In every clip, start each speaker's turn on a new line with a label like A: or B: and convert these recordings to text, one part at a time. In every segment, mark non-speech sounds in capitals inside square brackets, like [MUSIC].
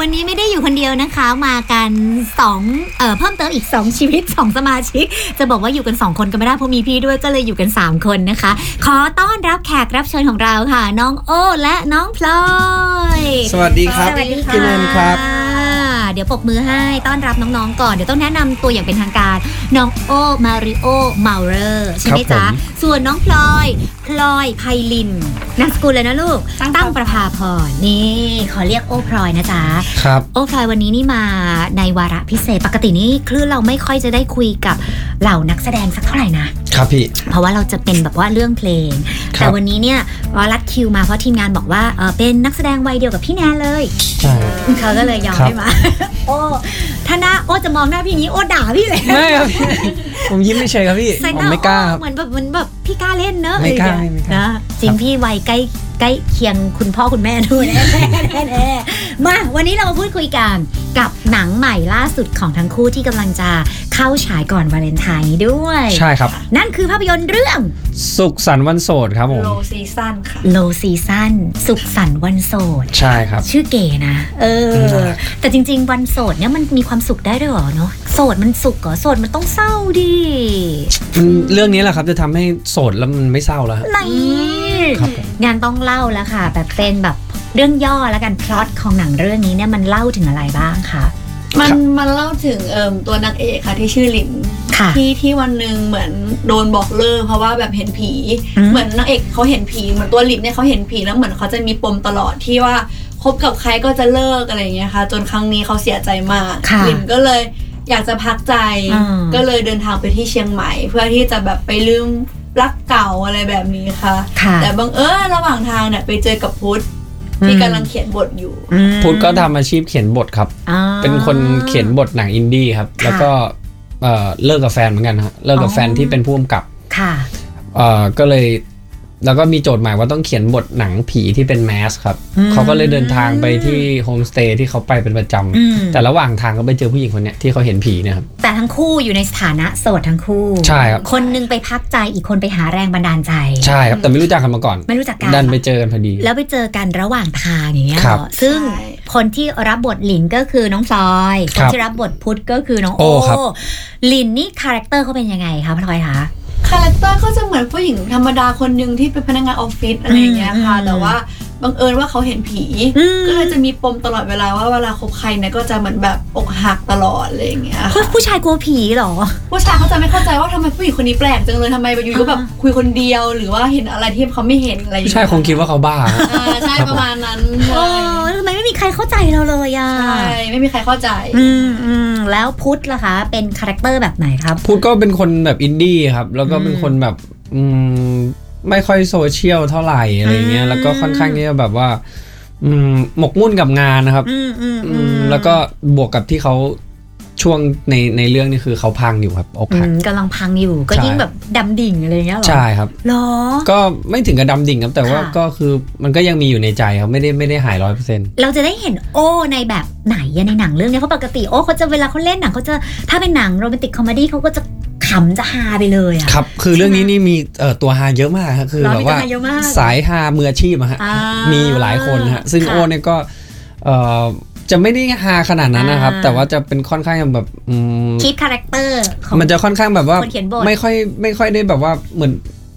A: ยวนะคะ มากันสองเอ่อเพิ่มเติมอีก 2 ชีวิต 2 สมาชิก จะบอกว่าอยู่กัน 2 คนก็ไม่ได้เพราะมีพี่ด้วยก็เลยอยู่กัน 3 คนนะคะ ขอต้อนรับแขกรับเชิญของเราค่ะ น้องโอ้และน้องพลอย
B: สวัสดีครับพี่นันครับ
A: เดี๋ยวปรบมือให้ต้อนรับน้องๆก่อนเดี๋ยวต้องแนะนำตัวอย่างเป็นทางการ น้องโอมาริโอเมาเลอร์ใช่ไหม
B: ครับผม
A: จ๊ะ ส่วนน้องพลอยพลอยไพลินนามสกุลเลยนะลูก ตั้งประภาพรนี่ ขอเรียกโอพลอยนะจ๊ะ
B: ครับ
A: โอ้พลอยวันนี้นี่มาในวาระพิเศษปกตินี่คลื่นเราไม่ค่อยจะได้คุยกับเหล่านักแสดงสักเท่าไหร่นะ
B: ครับพี่
A: เพราะว่าเราจะเป็นแบบว่าเรื่องเพลง
B: ครับ
A: แต่วันนี้เนี่ยเรารัดคิวมาเพราะทีมงานบอกว่าเออเป็นนักแสดงวัยเดียวกับพี่แนนเลย
B: ใช่
A: เขาก็เลยยอม
B: ครับ
A: ให้มา โอ้ถ้าหน้าโอ้จะมองหน้าพี่อย่างนี้โอ้ด่าพี่เลย
B: ไม่ครับพี่ ผมยิ้มไม่เฉยครับพี่
A: ใส่
B: ผ
A: ห
B: ม
A: น้า
B: ไม่กล้าครับ
A: โอ้เหมือนแบบเหมือนแบบพี่กล้าเล่นเนอะ
B: ไม่กล้า
A: อะรอย่งเงี้ย
B: ไม่กล้า
A: นะจริงพี่วัยใกล้ใกล้เคียงคุณพ่อคุณแม่ด้วยแน่ๆแน่ๆมาวันนี้เรามาพูดคุยกันกับหนังใหม่ล่าสุดของทั้งคู่ที่กำลังจะเข้าฉายก่อนวาเลนไทน์นี้ด้วย
B: ใช่ครับ
A: นั่นคือภาพยนตร์เรื่อง
B: สุขสันต์วันโสดครับผม
C: โลซีซั่นค่ะ
A: Low Season สุขสันต์วันโสด
B: ใช่ครับ
A: ชื่อเก๋นะ เอ
B: น่า
A: อ
B: รัก
A: แต่จริง ๆ วันโสดเนี่ยมันมีความสุขได้ด้วยเหรอเนาะ โสดมันสุขเหรอ โสดมันต้องเศร้าดิ
B: มันเรื่องนี้แหละครับจะทำให้โสดแล้วมันไม่เศร้าแล้วฮะ
A: อะไร
B: ครับผม
A: งานต้องเล่าแล้วค่ะ แบบเป็นแบบเรื่องย่อแล้วกันพล็อตของหนังเรื่องนี้เนี่ยมันเล่าถึงอะไรบ้างคะ
C: มันมันเล่าถึงเอ่มตัวนางเอกค่ะที่ชื่อหลิน
A: ค่ะ
C: ที่ที่วันหนึ่งเหมือนโดนบอกเลิกเพราะว่าแบบเห็นผี
A: อืม
C: เหมือนนางเอกเขาเห็นผีเหมือนตัวหลินเนี่ยเขาเห็นผีแล้วเหมือนเขาจะมีปมตลอดที่ว่าคบกับใครก็จะเลิกอะไรอย่างเงี้ยค่ะ จนครั้งนี้เขาเสียใจมาก
A: ค่ะ
C: หลินก็เลยอยากจะพักใจ
A: อ่า
C: ก็เลยเดินทางไปที่เชียงใหม่ เพื่อที่จะแบบไปลืมรักเก่าอะไรแบบนี้ค่ะ
A: ค่ะ
C: แต่บังเอิญระหว่างทางเนี่ยไปเจอกับพุทธที่กำลังเขียนบทอยู่
A: อืม
B: พุทธก็ทำอาชีพเขียนบทครับ
A: อ๋อ
B: เป็นคนเขียนบทหนังอินดี้ครับ แล้วก็เอ่อเลิกกับแฟนเหมือนกันฮะเลิกกั
A: อ๋อ
B: บแฟนที่เป็นผู้กำกับ
A: ค่ะ
B: เอ่อก็เลย แล้วก็มีโจทย์หมายว่าต้องเขียนบทหนังผีที่เป็นแมสครับ
A: อืม
B: เขาก็เลยเดินทางไปที่โฮมสเตย์ที่เขาไปเป็นประจำ
A: อืม
B: แต่ระหว่างทางก็ไปเจอผู้หญิงคนเนี้ยที่เขาเห็นผีเนะครับ
A: แต่ทั้งคู่อยู่ในสถานะโสดทั้งคู่
B: ใช่ครับ
A: คนหนึงไปพักใจอีกคนไปหาแรงบันดาลใจ
B: ใช่ครับแต่ไม่รู้จักกันมาก่อน
A: ไม่รู้จักกัน
B: ดันไปเจอกันพอดี
A: แล้วไปเจอกันระหว่างทางอย่างเงี้ย
B: ครับ
A: เหรอซึ่ง
C: ใช่
A: คนที่รับบทหลินก็คือน้องพลอยคนที่รับบทพุทธก็คือน้องโอหลินนี่คาแรคเตอร์เขาเป็นยังไงคะพลอยคะ
C: คาแรคเตอร์ก็จะเหมือนผู้หญิงธรรมดาคนหนึ่งที่เป็นพนักงานออฟฟิศอะไรอย่างเงี้ยค่ะ
A: อืม
C: แต่ว่าบังเอิญว่าเขาเห็นผี
A: อืม
C: ก็เลยจะมีปมตลอดเวลาว่าเวลาคบใครเนี่ยก็จะเหมือนแบบอกหักตลอดอะไรอย่างเงี้ยค่ะ
A: ผู้ชายกลัวผีเหรอ
C: ผู้ชายเขาจะไม่เข้าใจว่าทำไมผู้หญิงคนนี้แปลกจังเลยทำไมอยู่ๆแบบคุยคนเดียว หรือว่าเห็นอะไรที่เขาไม่เห็นอะไรอย่าง
B: ใช่
C: เงี้ย
B: คงคิดว่าเขาบ้า
C: อ่าใช่ประมาณนั้น
A: โอ้ทำไมไม่มีใครเข้าใจเราเลยอ่ะ
C: ใช่ไม่มีใครเข้าใจ
A: อืมอืมแล้วพุทธล่ะคะ เป็นคาแรคเตอร์แบบไหนครับ
B: พูดก็เป็นคนแบบอินดี้ครับ แล้วก็เป็น
A: อืม
B: คนแบบอืมไม่ค่อยโซเชียลเท่าไหร่อะไรเงี้
A: อื
B: ย
A: ม
B: แล้วก็ค่อนข้างที่จะแบบว่าอืมหมกมุ่นกับงานนะครับ
A: อืมอืม
B: อื
A: อื
B: ม
A: ม
B: แล้วก็บวกกับที่เขาช่วงในในเรื่องนี่คือเขาพังอยู่ครับอก
A: อื
B: หัก
A: มกำลังพังอยู่ ก็
B: ใช่
A: ยิ่งแบบดำดิ่งอะไรอย่างเงี้ยเหรอ
B: ใช่ครับ
A: เหรอ
B: ก็ไม่ถึงกับดำดิ่งครับแต่ว่า
A: ค่ะ
B: ก็คือมันก็ยังมีอยู่ในใจครับไม่ได้ไม่ได้หายร้อยเปอร์เซ็นต
A: เราจะได้เห็นโอ้ในแบบไหนอะในหนังเรื่องเนี้ยเขาะปกติโอ้เขาจะเวลาเขาเล่นหนังเขาจะถ้าเป็นหนังโรแมนติกคอมเมดี้เขาก็จะขำจะฮาไปเลยอะ
B: ครับ คือเรื่องนี้
A: ใช่ไหม
B: นี่มีเอ่อตัวฮาเยอะมากฮะคือ
A: เหรอ
B: แบบว่า
A: มีตัวฮาเยอะมาก
B: สายฮามืออาชีพอะฮะ
A: อ่า
B: มีอยู่หลายคนฮะ ซึ่ง
A: ค่ะ
B: โอ้เนี่ยก็เอ่อจะไม่ได้ฮาขนาดนั้นนะครับ
A: อ่า
B: แต่ว่าจะเป็นค่อนข้างแบบอืม
A: คิดคาแรคเตอร์ของ
B: มันจะค่อนข้างแบบว่า
A: คนเขียนบท
B: ไม่ค่อยไม่ค่อยได้แบบว่าเหมือน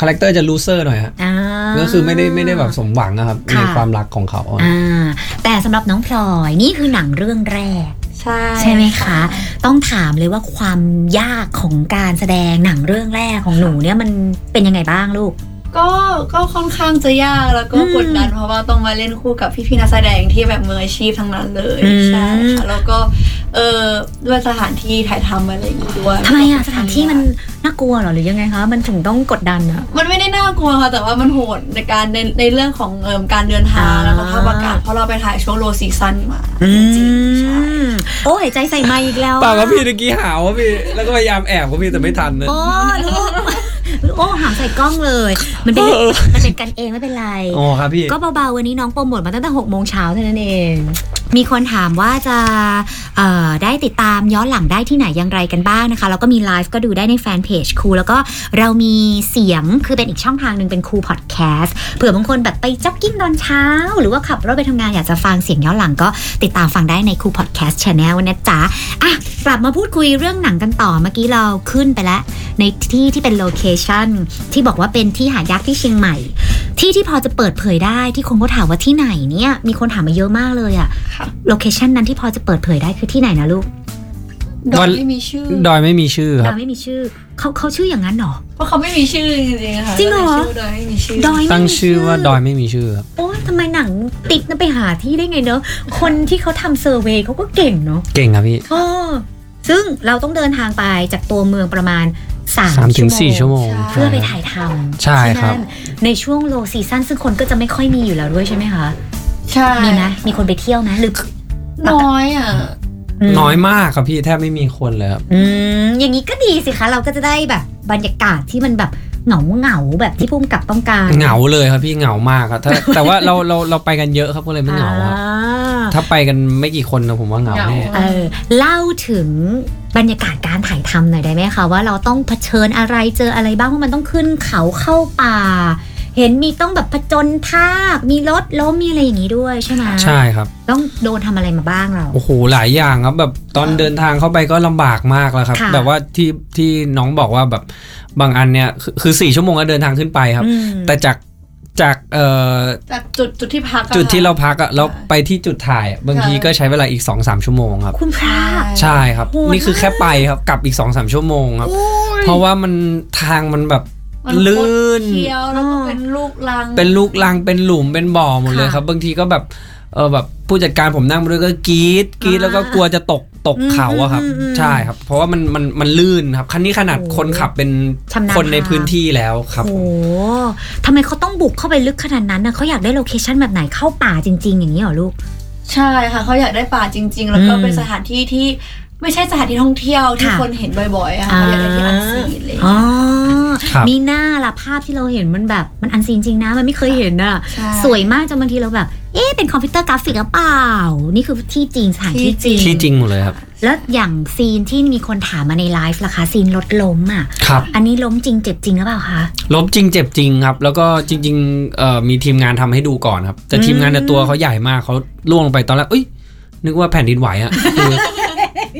B: คาแรคเตอร์จะลูเซอร์หน่อยฮะ
A: อ่า
B: ก็คือไม่ได้ไม่ได้แบบสมหวังนะครับ
A: ค่ะ
B: ในความรักของเขาอะ
A: อ่าแต่สำหรับน้องพลอยนี่คือหนังเรื่องแรก
C: ใช่
A: ใช่ไหมคะ ต้องถามเลยว่าความยากของการแสดงหนังเรื่องแรกของหนูเนี่ยมันเป็นยังไงบ้างลูก
C: ก็ก็ค่อนข้างจะยากแล้วก็
A: อืม
C: กดดันเพราะว่าต้องมาเล่นคู่กับพี่ๆนักแสดงที่แบบมืออาชีพทั้งนั้นเลย
A: อืม
C: ใช่ค่ะแล้วก็เออด้วยสถานที่ถ่ายทำอะไรอย่างงี้ด้วย
A: ทำไมอะสถานที่มันน่ากลัวเหรอหรือยังไงคะมันถึงต้องกดดันอะ
C: มันไม่ได้น่ากลัวค่ะแต่ว่ามันโหดในการในในเรื่องของเอ่อการเดินทาง
A: อ่า
C: แล้วก็ภาพอากาศเพราะเราไปถ่ายช่วงโลซีซันมาจริงๆใช่
A: อืมโอ้หายใจใส่ไมค์อีกแล้วอะ
B: เปล่าครับพี่ตะกี้หาวครับพี่แล้วก็พยายามแอบครับพี่แต่ไม่ทันเลย
A: โอ้ลูกโอ้หางใส่กล้องเลย มันเป็น
B: เออ
A: มันเป็นกันเองไม่เป็นไร
B: อ๋อครับพี่
A: ก็เบาๆ วันนี้น้องโปรโมทมาตั้งแต่หกโมงเช้าเท่านั้นเอง มีคนถามว่าจะเอ่อได้ติดตามย้อนหลังได้ที่ไหนอย่างไรกันบ้างนะคะ แล้วก็มีไลฟ์ก็ดูได้ในแฟนเพจครูแล้วก็เรามีเสียงคือเป็นอีกช่องทางหนึ่งเป็นครูพอดแคสต์เผื่อบางคนแบบไปจ็อกกิ้งตอนเช้า หรือว่าขับรถไปทำงานอยากจะฟังเสียงย้อนหลังก็ติดตามฟังได้ในครูพอดแคสต์ช n แนลนะจ๊ะอ่ะกลับมาพูดคุยเรื่องหนังกันต่อเมื่อกี้เราขึ้นไปแล้ว ในที่ที่เป็นโลเคชันที่บอกว่าเป็นที่หายากที่เชียงใหม่ ที่ที่พอจะเปิดเผยได้ที่คนก็ถามว่าที่ไหนเนี่ยมีคนถามมาเยอะมากเลยอะ
C: ค่ะ
A: โลเคชันนั้นที่พอจะเปิดเผยได้คือที่ไหนนะลูก
C: โดยไม่มีชื่อ
B: ดอยไม่มีชื่อครับ
A: เราไม่มีชื่อเขาเขาชื่ออย่างนั้นเหรอ
C: เพราะเขาไม่มีชื่อจริงๆค่ะ
A: จริงเหรอ
C: โดยไม่มีชื่อ
A: ดอยไม่มี
B: ตั้งชื่อว่าดอยไม่มีชื่อครับ
A: โอ้ยทำไมหนังติดนะไปหาที่ได้ไงเนอะคนที่เขาทำเซอร์เวย์เขาก็เก่งเนาะ
B: เก่งครับพี่
A: อ๋อซึ่งเราต้องเดินทางไปจากตัวเมืองประมาณ3
B: สามถึงสี่ชั่วโมง
A: เพื่อไปถ่ายทำ
B: ใช่ครับ
A: ที่นั่นในช่วงโลซีซั่นซึ่งคนก็จะไม่ค่อยมีอยู่แล้วด้วยใช่ไหมคะ
C: ใช่
A: มีไหมมีคนไปเที่ยวนะหรือ
C: น้อยอ่ะ
B: น้อยมากครับพี่แทบไม่มีคนเลยครับ
A: อืมอย่างนี้ก็ดีสิคะ เราก็จะได้แบบบรรยากาศที่มันแบบเหงาเหงาๆแบบที่พุ่มกับต้องการ
B: เหงาเลยครับพี่เหงามาก [LAUGHS] ครับถ้า แต่ว่าเราเราเราไปกันเยอะครับก็เลยไม่เหงาครับ
A: อ่า
B: ถ้าไปกันไม่กี่คนนะผมว่าเหงาแน่
C: เหงา
A: เออเล่าถึงบรรยากาศการถ่ายทำหน่อยได้ไหมคะว่าเราต้องเผชิญอะไรเจออะไรบ้างเพราะมันต้องขึ้นเขาเข้าป่า เห็นมีต้องแบบผจญทากมีรถล้มมีอะไรอย่างนี้ด้วยใช่ไหม
B: ใช่ครับ
A: ต้องโดนทำอะไรมาบ้างเรา
B: โอ้โหหลายอย่างครับแบบตอนเดินทางเข้าไปก็ลำบากมากแล้วครับ
A: ค่ะ
B: แบบว่าที่ที่น้องบอกว่าแบบบางอันเนี่ยคือคือสี่ชั่วโมงก็เดินทางขึ้นไปครับ
A: อืม
B: แต่จากจากเอ่อ
C: จากจุดจุดที่พักอะ
B: จุดที่เรา
C: ค่ะ
B: พักอะแล้วไปที่จุดถ่ายอะบางทีก็ใช้เวลาอีก2อสชั่วโมงครับ
A: คุณพระ
B: ใช่ครับ
A: โหด
B: นี่คือ
A: มาก
B: แค่ไปครับกลับอีก2อสชั่วโมงครับ
A: โอ้ย
B: เพราะว่ามันทางมันแบบ
C: มันคด
B: ลื่น
C: เที่ยวแล้วก็เป็นลูกลัง
B: เป็นลูกลังเป็นหลุมเป็นบ่อหมดเลยครับ บางทีก็แบบเออแบบผู้จัดการผมนั่งมาด้วยก็กรีดกรีด
A: อ่า
B: แล้วก็กลัวจะตกตก
A: อืม
B: เขาอะครับ
A: อืมอืม
B: ใช่ครับ เพราะว่ามันมันมันลื่นครับคันนี้ขนาด
A: โอ้
B: คนขับเป็น
A: ชำนาญ
B: คนใน
A: ทาง
B: พื้นที่แล้วครับผ
A: โอ้
B: ม
A: โหทำไมเขาต้องบุกเข้าไปลึกขนาดนั้นนะเขาอยากได้โลเคชันแบบไหนเข้าป่าจริง ๆ อย่างนี้เหรอลูก
C: ใช่ค่ะเขาอยากได้ป่าจริง ๆ แล้วก็
A: อืม
C: เป็นสถานที่ที่ไม่ใช่สถานที่ท่องเที่ยวที่
A: ค่ะ
C: คนเห็นบ่อยๆอะค่ะเขาอยากได้ที่อันซีนเลย
A: อ๋อ
B: ครับ
A: มีหน้าล่ะภาพที่เราเห็นมันแบบมันอันซีนจริงนะ มันไม่เคยเห็นน่ะ
C: ใช่
A: สวยมากจนบางทีเราแบบ เอ๊ะเป็นคอมพิวเตอร์กราฟิกหรือเปล่า นี่คือที่จริงสถานที่จริง
B: ที่จริงหมดเลยครับ
A: แล้วอย่างซีนที่มีคนถามมาในไลฟ์ล่ะคะซีนรถล้มอ่ะ
B: ครับ
A: อันนี้ล้มจริงเจ็บจริงหรือเปล่าคะ
B: ลบจริงเจ็บจริงครับ แล้วก็จริงๆเอ่อมีทีมงานทำให้ดูก่อนครับ แต่ทีมงานแต่ยตัวเขาใหญ่มากเขาล่วงลงไปตอนแรกเอ้ยนึกว่าแผ่นดินไหวอะคือ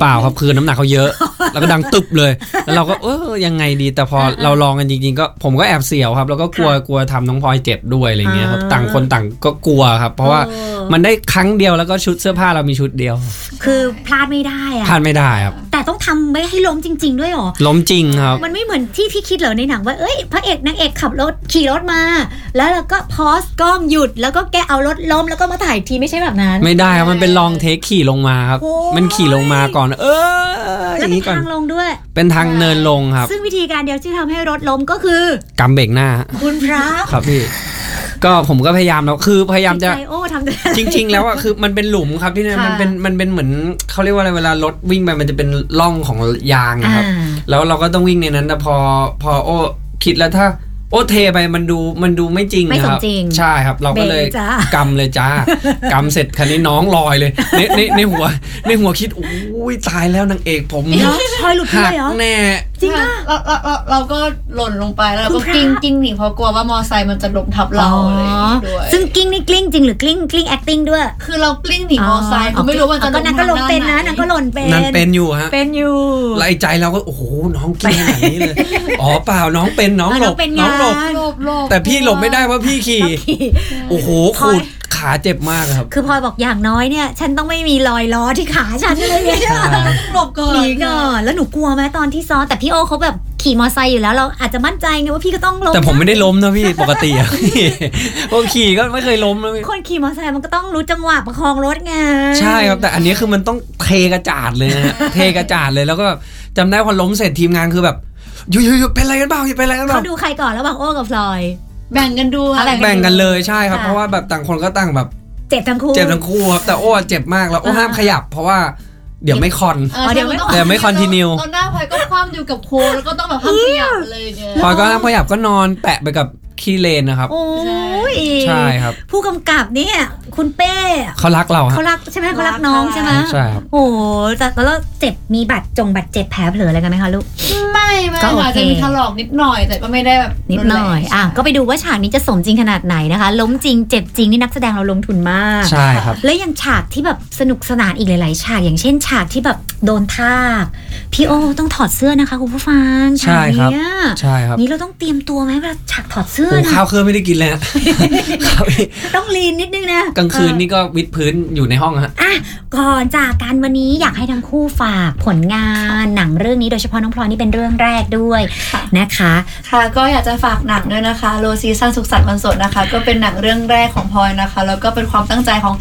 B: เปล่า
A: [LAUGHS]
B: ครับคือน้ำหนักเขาเยอะ แล้วก็ดังตึบเลย แล้วเราก็เออยังไงดีแต่พอ
A: เออเออ
B: เราลองกันจริง ๆ ก็ผมก็แอบเสียวครับ แล้วก็กลัว
A: ค่ะ
B: กลัวทำน้องพลอยเจ็บด้วยอะไรเงี้ยครับ
A: อ่า
B: ต่างคนต่างก็กลัวครับ เพราะว่า
A: เออ
B: มันได้ครั้งเดียวแล้วก็ชุดเสื้อผ้าเรามีชุดเดียว
A: คือพลาดไม่ได้อะ
B: พลาดไม่ได้ครับ
A: แต่ต้องทำไม่ให้ล้มจริง ๆ ด้วยเหรอ
B: ล้มจริงครับ
A: มันไม่เหมือนที่พี่คิดเหรอในหนังว่า เอ้ย พระเอกนางเอกขับรถขี่รถมา แล้วเราก็พอสกล้องหยุด แล้วก็แกเอารถล้มแล้วก็มาถ่ายอีกทีไม่ใช่แบบนั้น
B: ไม่ได้ครับมันเป็นลองเทคขี่ลงมาครับ
A: โอ้ย
B: มันขี่ลงมาก่อน เอออ
A: แล้ว
B: ย่าง
A: มี
B: นี้ก่อน
A: ทางลงด้วย
B: เป็นทางเนินลงครับ
A: ซึ่งวิธีการเดียวที่ทำให้รถล้มก็คือก
B: ำเบรกหน้า
A: คุณพระ
B: ครับพี่ ก็ผมก็พยายามแล้วคือพยายามจะ
A: ใจโอ้ทำได้
B: จริง ๆ แล้วอ่ะคือมันเป็นหลุมครับที่นั่น
A: ค่ะ
B: มันเป็นมันเป็นเหมือนเขาเรียกว่าอะไรเวลารถวิ่งไปมันจะเป็นร่องของยางอะครับ
A: อ่า
B: แล้วเราก็ต้องวิ่งในนั้นแต่พอพอโอ้คิดแล้วถ้า โอ้เทไปมันดูมันดูไม่จริง
A: ไม่
B: นะ
A: สม
B: ครับ
A: จริง
B: ใช่ครับ เราก็เลย
A: เบรกจ้าก
B: กำเลยจ้ากำเสร็จคันนี้น้องลอยเลยในในในหัว ในหัวคิดอุ้ยตายแล้วนางเอกผม
A: เนาะพลอยหลุดไป
B: หั
A: เลยเหรอ
B: แน่
A: จริงอ่ะ
C: เราเราเราเราก็หล่นลงไปแล้วเราก็
A: คุณพระ
C: กิ้งกิ้งหนีเพราะกลัวว่ามอไซค์มันจะล้มทับ
A: อ๋
C: เรา
A: อ
C: อะไรอย่างงี้ด้วย
A: ซึ่งกลิ้งนี่กลิ้งจริงหรือกลิ้งกลิ้ง acting ด้วย
C: คือเรากลิ้งหนีมอไซค์คือไม่รู้ว่ามัน
A: อ๋อ
C: จะ
A: ก็นางก็ลง
C: ทา
A: เป็น
C: ไห
A: นะนางก็หล่นเป็น
B: นั่นเป็นอยู่ฮะ
A: เป็นอยู่
B: แล้วไอ้ใจเราก็โอ้โหน้องกินขนาดนี้เลย
A: [LAUGHS]
B: อ๋อเปล่าน้องเป็นน้อง
A: เออน้
B: หล
A: อง
B: บ
A: เป็น
B: น้องหลบ
A: ไง
C: หลบหลบ
B: แต่พี่หลบไม่ได้เพราะพี่ขี่โอ้โหขูดขาเจ็บมากครับ
A: คือพลอยบอกอย่างน้อยเนี่ย ฉันต้องไม่มีรอยล้อที่ขาฉันเลยเนี่ย
B: ใช่
C: หลบก่อน
A: หนีก่อนแล้วหนูกลัวไหมตอนที่ซ้อนแต่พี่โอเขาแบบขี่มอไซค์อยู่แล้วเราอาจจะมั่นใจไงว่าพี่ก็ต้องลง
B: แต่ผมไม่ได้ล้มนะพี่ปกติอะพี่ [LAUGHS] โอขี่ก็ไม่เคยล้มนะพี่
A: คนขี่มอไซค์มันก็ต้องรู้จังหวะประคองรถไง
B: ใช่ครับ แต่อันนี้คือมันต้องเทกระจาดเลยนะฮะเทกระจาดเลยแล้วก็แบบจำได้พอล้มเสร็จทีมงานคือแบบหยุดหยุดหยุดเป็นอะไรกันเปล่าหยุดเป็นอะไรกันเปล่า
A: เขาดูใครก่อนระหว่างโอกับพลอย
C: แบ่งกันดูอะ
A: แบ่ง
B: แบ่งกันเลยใช่ครับ เพราะว่าแบบต่างคนก็ต่างแบบ
A: เจ็บทั้งคู่
B: เจ็บทั้งคู่ครับแต่โอ้เจ็บมากแล้วโอ้
A: อ่า
B: ห้ามขยับ เพราะว่าเดี๋ยวไม่คอน
C: ออ
A: เดี๋ยวไม่
C: ใช่นต้อง
B: เดี๋ยวไม่ continue
C: ตอนหน้าพลอยก็คว่ำอยู่กับโคลแล้วก็ต้องแบบห้ามขยับเลยเนี่ย
B: พลอยก็ห้ามขยับก็นอนแปะไปกับ ขี้เลนนะครับ
A: โอ้ย
B: ใช่ครับ
A: ผู้กำกับเนี่ย คุณเป้
B: เขารักเราฮะ
A: เขารักใช่ไหมเขารัก
C: รัก
A: น้อง
C: ค่ะ
A: ใช่ไหม
B: ใช่ครับ
A: โอ้โหแต่แล้วเจ็บมีบาดจงบาดเจ็บแผลเผลออะไรกันไหมคะลูก
C: ไม่ไม่
A: ก็โอ
C: ค่ะ
A: เค
C: จะมีถลอกนิดหน่อย แต่ก็ไม่ได้แบบ
A: นิดหน่อย
C: รุแรง
A: อ่ะ ก็ไปดูว่าฉากนี้จะสมจริงขนาดไหนนะคะ ล้มจริง เจ็บจริง นี่นักแสดงเราลงทุนมาก
B: ใช่ครับ
A: แล้วยังฉากที่แบบสนุกสนานอีกหลาย ๆ ฉาก อย่างเช่นฉากที่แบบโดนทากพี่โอต้องถอดเสื้อนะคะคุณผู้ฟัง
B: ใช่ครั
A: ฉา
B: บ
A: กเนี้ย
B: ใช่ครับ
A: นี่เราต้องเตรียมตัวไหมเวลาฉากถอดเสื้อ
B: โอ้
A: นะ
B: ข้าวเครื่องไม่ได้กินเลย
A: [LAUGHS]
B: ฮะ ครับพี่
A: ต้องลีนนิดนึงนะ
B: [LAUGHS] กลางคืนนี่ก็วิดพื้นอยู่ในห้องฮะ
A: อ่ะก่อนจากกันวันนี้อยากให้ทั้งคู่ฝากผลงานหนังเรื่องนี้โดยเฉพาะน้องพลอยนี่เป็นเรื่องแรกด้วยนะคะ
C: ค่ะก็อยากจะฝากหนังด้วยนะคะโรซีสร้างสุขสันต์วันสดนะคะ ก็เป็นหนังเรื่องแรกของพลอยนะคะ แล้วก็เป็นความตั้งใจของ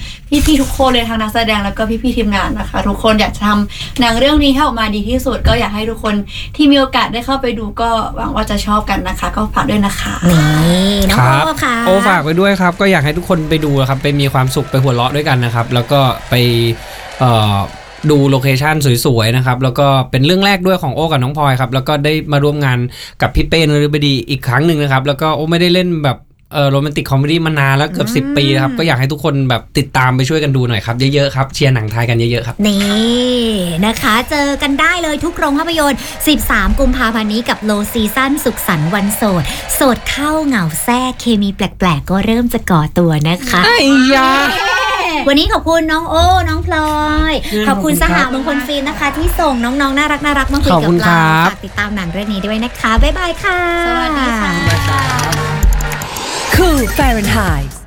C: พี่ๆทุกคนเลยทางนักแสดงแล้วก็พี่ๆทีมงานนะคะ ทุกคนอยากจะทำหนังเรื่องนี้ให้ออกมาดีที่สุด ก็อยากให้ทุกคนที่มีโอกาสได้เข้าไปดูก็หวังว่าจะชอบกันนะคะ ก็ฝากด้วยนะคะ
A: นี่น้อง
B: ครั
A: โอบ ค่ะ
B: โอฝากไปด้วยครับ ก็อยากให้ทุกคนไปดูนะครับ ไปมีความสุขไปหัวเราะด้วยกันนะครับ แล้วก็ไปเอ่อดูโลเคชันสวยๆนะครับ แล้วก็เป็นเรื่องแรกด้วยของโอกับน้องพลอยครับ แล้วก็ได้มาร่วมงานกับพี่เป้นฤบดีอีกครั้งหนึ่งนะครับ แล้วก็โอไม่ได้เล่นแบบเออโรแมนติกคอมเมดี้มานานแล้วเกือบ
A: อืม
B: 10 ปีนะครับ ก็อยากให้ทุกคนแบบติดตามไปช่วยกันดูหน่อยครับ เยอะๆครับ เชียร์หนังไทยกันเยอะๆครับ
A: นี่นะคะ เจอกันได้เลยทุกโรงภาพยนตร์ 13 กุมภาพันธ์นี้กับโลซีซั่นสุขสันต์วันโสด โสดเข้าเหงาแทรกเคมีแปลก ๆ ก็เริ่มจะก่อตัวนะคะ
B: ยา
A: วันนี้ขอบคุณน้องโอ้ น้องพลอย ข
B: ข
A: อ
B: อ
A: บบ
B: คุ
A: คุณ
B: ณ
A: ส
B: ครับ
A: หมงคลฟิล์มนะคะ ที่ส่งน้องๆ น่ารักน่ารักๆมาคุย
B: ขอบ
A: กั
B: คุ
A: บ
B: ณครั
A: เรา
B: บ
A: ฝากติดตามหนังเรื่องนี้ด้วยนะคะ บ๊ายบายค่ะ
C: สวัสดีค่ะ
D: Cool Fahrenheit